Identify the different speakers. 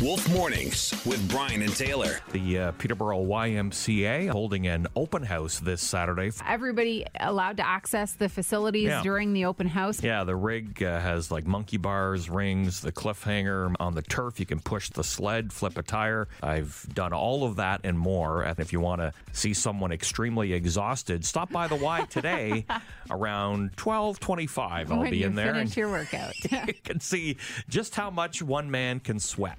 Speaker 1: Wolf Mornings with Brian and Taylor.
Speaker 2: The uh, Peterborough YMCA holding an open house this Saturday.
Speaker 3: everybody allowed to access the facilities
Speaker 2: Yeah.
Speaker 3: during the open house.
Speaker 2: Yeah, the rig uh, has like monkey bars, rings, the cliffhanger on the turf. You can push the sled, flip a tire. I've done all of that and more. And if you want to see someone extremely exhausted, stop by the Y today around 1225. I'll
Speaker 3: when
Speaker 2: be
Speaker 3: you
Speaker 2: in there.
Speaker 3: finish
Speaker 2: and
Speaker 3: your workout.
Speaker 2: you can see just how much one man can sweat.